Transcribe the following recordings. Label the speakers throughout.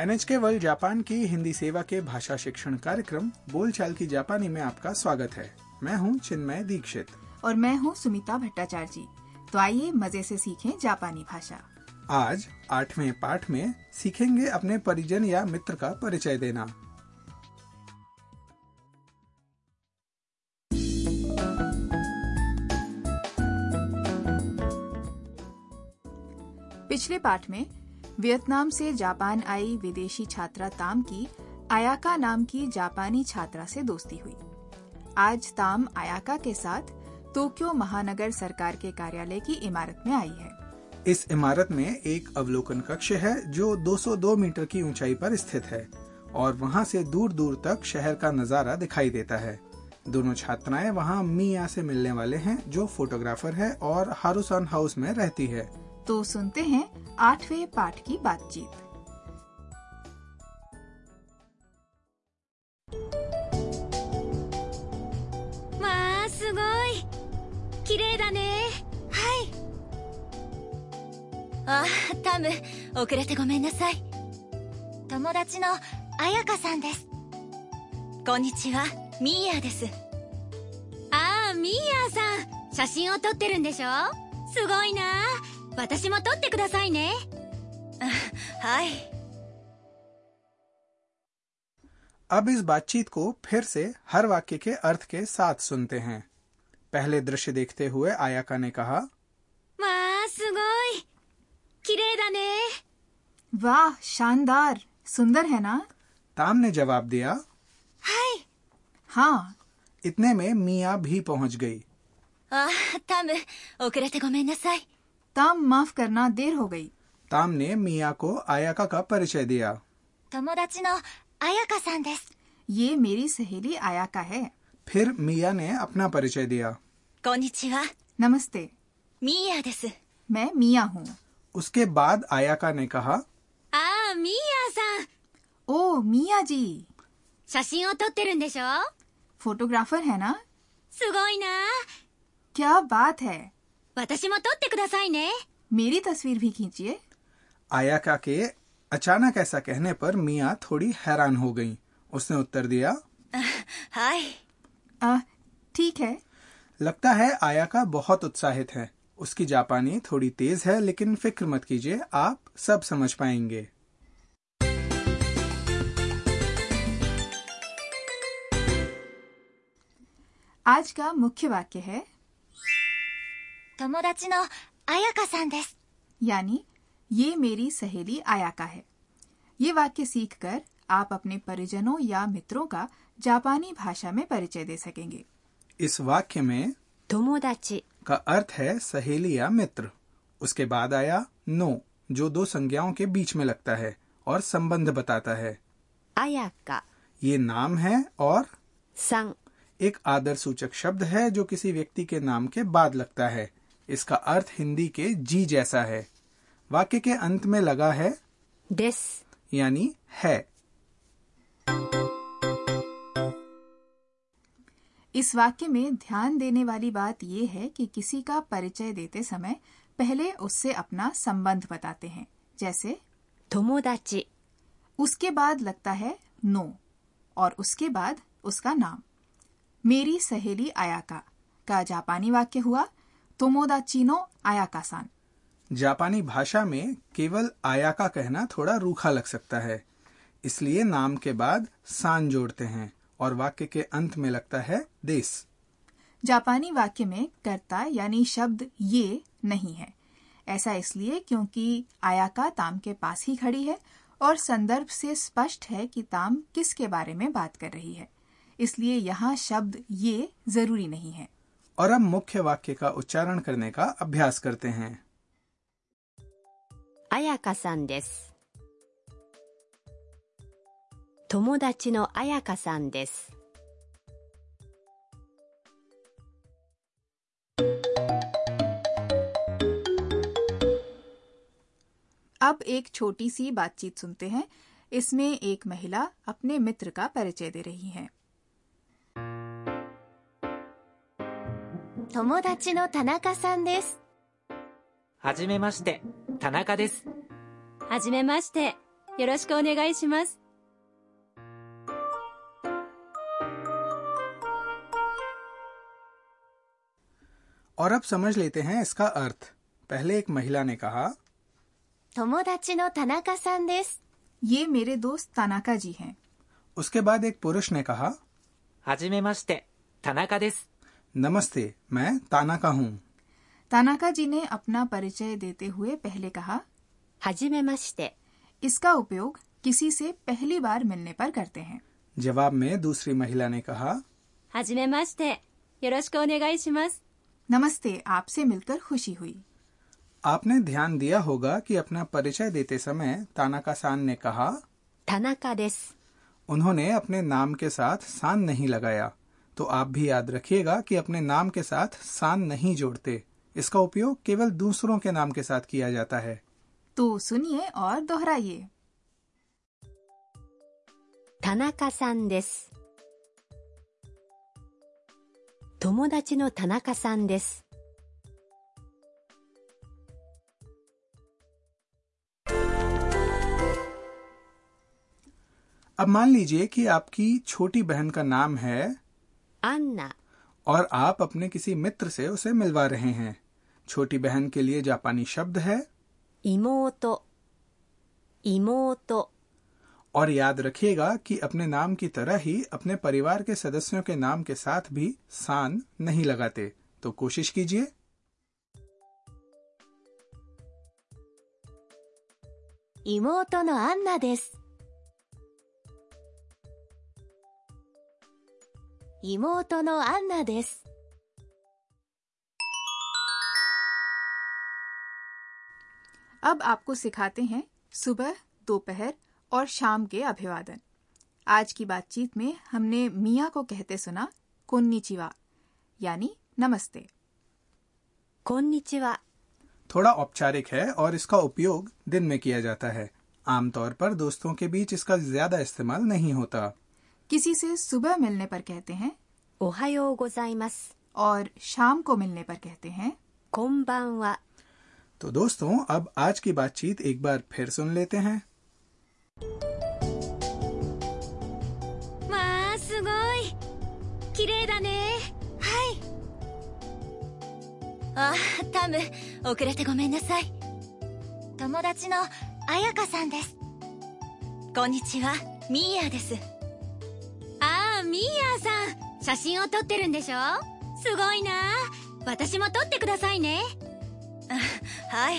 Speaker 1: NHK world Japan की हिंदी सेवा के भाषा शिक्षण कार्यक्रम बोलचाल की जापानी में आपका स्वागत है मैं हूं चिन्मय दीक्षित
Speaker 2: और मैं हूँ सुमिता भट्टाचार्य जी तो आइए मजे से सीखें जापानी भाषा
Speaker 1: आज आठवें पाठ में सीखेंगे अपने परिजन या मित्र का परिचय देना
Speaker 2: पिछले पाठ में वियतनाम से जापान आई विदेशी छात्रा ताम की आयाका नाम की जापानी छात्रा से दोस्ती हुई आज ताम आयाका के साथ टोक्यो महानगर सरकार के कार्यालय की इमारत में आई है
Speaker 1: इस इमारत में एक अवलोकन कक्ष है जो 202 मीटर की ऊंचाई पर स्थित है और वहां से दूर दूर तक शहर का नजारा दिखाई देता है दोनों छात्राएं वहां मिया से मिलने वाले हैं जो फोटोग्राफर है और हारूसान हाउस में रहती है
Speaker 2: तो सुनते हैं आठवें पाठ की बातचीत
Speaker 3: まあすごい綺麗だねはいあタム遅れてごめんなさい友達の彩香さんですこんにちはミーヤですああミーヤさん写真を撮ってるんでしょすごいな私も撮ってくださいねはい
Speaker 1: अब इस बातचीत को फिर से हर वाक्य के अर्थ के साथ सुनते हैं पहले दृश्य देखते हुए आयाका ने कहा
Speaker 3: まあすごい綺麗だね
Speaker 2: वाह शानदार सुंदर है ना
Speaker 1: ताम ने जवाब दिया
Speaker 3: はい
Speaker 2: हाँ
Speaker 1: इतने में मिया भी पहुंच गई
Speaker 3: あタム遅れてごめんなさい
Speaker 2: ताम माफ करना देर हो गई
Speaker 1: ताम ने मिया को आयाका का परिचय दिया
Speaker 3: 友達の彩香さんです
Speaker 2: ये मेरी सहेली आयाका है
Speaker 1: फिर मिया ने अपना परिचय दिया
Speaker 3: こんにちは
Speaker 2: नमस्ते
Speaker 3: ミーヤです
Speaker 2: मैं मिया हूँ
Speaker 1: उसके बाद आयाका ने कहा
Speaker 3: ああミーヤさん
Speaker 2: ओ मिया जी
Speaker 3: 写真を撮ってるんでしょ
Speaker 2: फोटोग्राफर है ना
Speaker 3: すごいな
Speaker 2: क्या बात है
Speaker 3: 私も撮ってくださいね
Speaker 2: मेरी तस्वीर भी खींचिए
Speaker 1: आयाका के अचानक ऐसा कहने पर मिया थोड़ी हैरान हो गई उसने उत्तर दिया
Speaker 3: はい
Speaker 2: अ, ठीक है
Speaker 1: लगता है आयाका बहुत उत्साहित है उसकी जापानी थोड़ी तेज है लेकिन फिक्र मत कीजिए आप सब समझ पाएंगे
Speaker 2: आज का मुख्य वाक्य है
Speaker 3: 友達の彩香さんです
Speaker 2: यानी ये मेरी सहेली आयाका है ये वाक्य सीखकर आप अपने परिजनों या मित्रों का जापानी भाषा में परिचय दे सकेंगे
Speaker 1: इस वाक्य में
Speaker 3: 友達
Speaker 1: का अर्थ है सहेली या मित्र उसके बाद आया नो जो दो संज्ञाओं के बीच में लगता है और संबंध बताता है
Speaker 3: 彩香
Speaker 1: ये नाम है और
Speaker 3: さん
Speaker 1: एक आदर सूचक शब्द है जो किसी व्यक्ति के नाम के बाद लगता है इसका अर्थ हिंदी के जी जैसा है वाक्य के अंत में लगा है
Speaker 3: です
Speaker 1: यानी है
Speaker 2: इस वाक्य में ध्यान देने वाली बात ये है कि किसी का परिचय देते समय पहले उससे अपना संबंध बताते हैं जैसे
Speaker 3: 友達
Speaker 2: उसके बाद लगता है नो और उसके बाद उसका नाम मेरी सहेली आयाका का जापानी वाक्य हुआ तोमोदाची नो आयाका सान
Speaker 1: जापानी भाषा में केवल आया का कहना थोड़ा रूखा लग सकता है इसलिए नाम के बाद सान जोड़ते हैं और वाक्य के अंत में लगता है देश
Speaker 2: जापानी वाक्य में कर्ता यानी शब्द ये नहीं है ऐसा इसलिए क्योंकि आयाका ताम के पास ही खड़ी है और संदर्भ से स्पष्ट है कि ताम किसके बारे में बात कर रही है इसलिए यहाँ शब्द ये जरूरी नहीं है
Speaker 1: और अब मुख्य वाक्य का उच्चारण करने का अभ्यास करते हैं
Speaker 3: 彩香さんです友達の彩香さんです
Speaker 2: अब एक छोटी सी बातचीत सुनते हैं इसमें एक महिला अपने मित्र का परिचय दे रही है
Speaker 3: 友達の田中さんです
Speaker 4: はじめまして、田中です。
Speaker 5: はじめまして、
Speaker 3: よろしくお願いします
Speaker 1: और अब समझ लेते हैं इसका अर्थ पहले एक महिला ने कहा
Speaker 3: 友達の田中さんです
Speaker 2: ये मेरे दोस्त तानाका जी हैं
Speaker 1: उसके बाद एक पुरुष ने कहा
Speaker 4: はじめまして、田中です。
Speaker 1: नमस्ते मैं तानाका हूँ
Speaker 2: तानाका जी ने अपना परिचय देते हुए पहले कहा
Speaker 3: はじめまして
Speaker 2: इसका उपयोग किसी से पहली बार मिलने पर करते हैं
Speaker 1: जवाब में दूसरी महिला ने कहा
Speaker 3: はじめましてよろしくお願いします
Speaker 2: नमस्ते आपसे मिलकर खुशी हुई
Speaker 1: आपने ध्यान दिया होगा कि अपना परिचय देते समय तानाका सान ने कहा
Speaker 3: 田中です
Speaker 1: उन्होंने अपने नाम के साथ सान नहीं लगाया तो आप भी याद रखिएगा कि अपने नाम के साथ सान नहीं जोड़ते इसका उपयोग केवल दूसरों के नाम के साथ किया जाता है
Speaker 2: तो सुनिए और दोहराइए
Speaker 3: 田中さんです友達の田中さんです
Speaker 1: अब मान लीजिए कि आपकी छोटी बहन का नाम है
Speaker 3: アンナ
Speaker 1: और आप अपने किसी मित्र से उसे मिलवा रहे हैं छोटी बहन के लिए जापानी शब्द है
Speaker 3: 妹妹
Speaker 1: और याद रखिएगा कि अपने नाम की तरह ही अपने परिवार के सदस्यों के नाम के साथ भी सान नहीं लगाते तो कोशिश कीजिए
Speaker 3: 妹のアンナです妹のアンナです。
Speaker 2: अब आपको सिखाते हैं सुबह दोपहर और शाम के अभिवादन आज की बातचीत में हमने मिया को कहते सुना कुन्नीचिवा यानी नमस्ते
Speaker 3: こんにちは。
Speaker 1: थोड़ा औपचारिक है और इसका उपयोग दिन में किया जाता है आमतौर पर दोस्तों के बीच इसका ज्यादा इस्तेमाल नहीं होता
Speaker 2: किसी से सुबह मिलने पर कहते हैं
Speaker 3: おはようございます。
Speaker 2: और शाम को मिलने पर कहते हैं
Speaker 3: こんばんは。
Speaker 1: तो दोस्तों अब आज की बातचीत एक बार फिर सुन लेते हैं
Speaker 3: まあ、すごい。綺麗だね。はい。あ、タム、遅れてごめんなさい。友達の彩香さんです。こんにちは、ミーヤです。ああ、ミーヤさん。写真を撮ってるんでしょすごいな。私も撮ってくださいね。はい。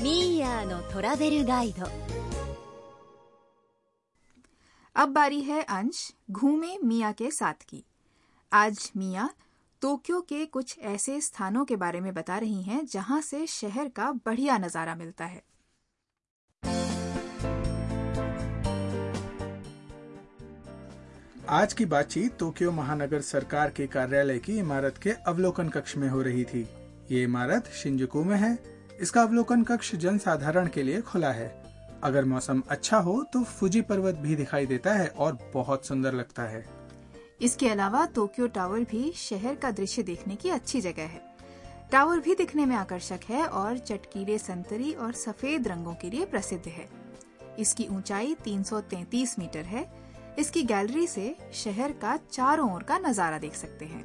Speaker 3: ミーヤのトラベルガイド。
Speaker 2: अब बारी है अंश घूमे मिया के साथ की आज मिया टोक्यो के कुछ ऐसे स्थानों के बारे में बता रही हैं जहां से शहर का बढ़िया नजारा मिलता है
Speaker 1: はいआज की बातचीत टोक्यो महानगर सरकार के कार्यालय की इमारत के अवलोकन कक्ष में हो रही थी ये इमारत शिंजुकू में है इसका अवलोकन कक्ष जनसाधारण के लिए खुला है अगर मौसम अच्छा हो तो फुजी पर्वत भी दिखाई देता है और बहुत सुंदर लगता है
Speaker 2: इसके अलावा टोक्यो टावर भी शहर का दृश्य देखने की अच्छी जगह है टावर भी दिखने में आकर्षक है और चटकीले संतरी और सफेद रंगों के लिए प्रसिद्ध है इसकी ऊंचाई 333 मीटर है इसकी गैलरी से शहर का चारों ओर का नजारा देख सकते हैं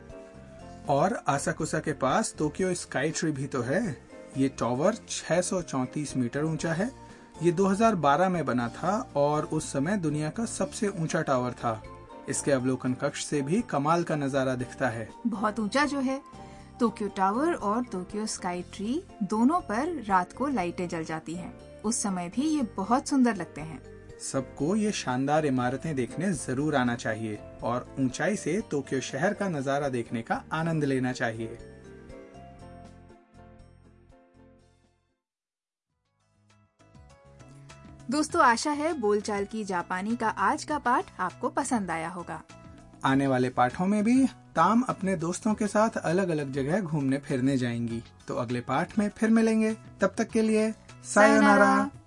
Speaker 1: और आसाकुसा के पास टोक्यो स्काई ट्री भी तो है ये टॉवर 634 मीटर ऊंचा है ये 2012 में बना था और उस समय दुनिया का सबसे ऊंचा टावर था इसके अवलोकन कक्ष से भी कमाल का नजारा दिखता है
Speaker 2: बहुत ऊंचा जो है टोक्यो टावर और टोक्यो स्काई ट्री दोनों पर रात को लाइटें जल जाती हैं। उस समय भी ये बहुत सुंदर लगते हैं
Speaker 1: सबको ये शानदार इमारतें देखने जरूर आना चाहिए और ऊंचाई से टोक्यो शहर का नजारा देखने का आनंद लेना चाहिए
Speaker 2: दोस्तों आशा है बोलचाल की जापानी का आज का पाठ आपको पसंद आया होगा
Speaker 1: आने वाले पाठों में भी ताम अपने दोस्तों के साथ अलग अलग जगह घूमने फिरने जाएंगी तो अगले पाठ में फिर मिलेंगे तब तक के लिए सायोनारा।
Speaker 2: सायोनारा।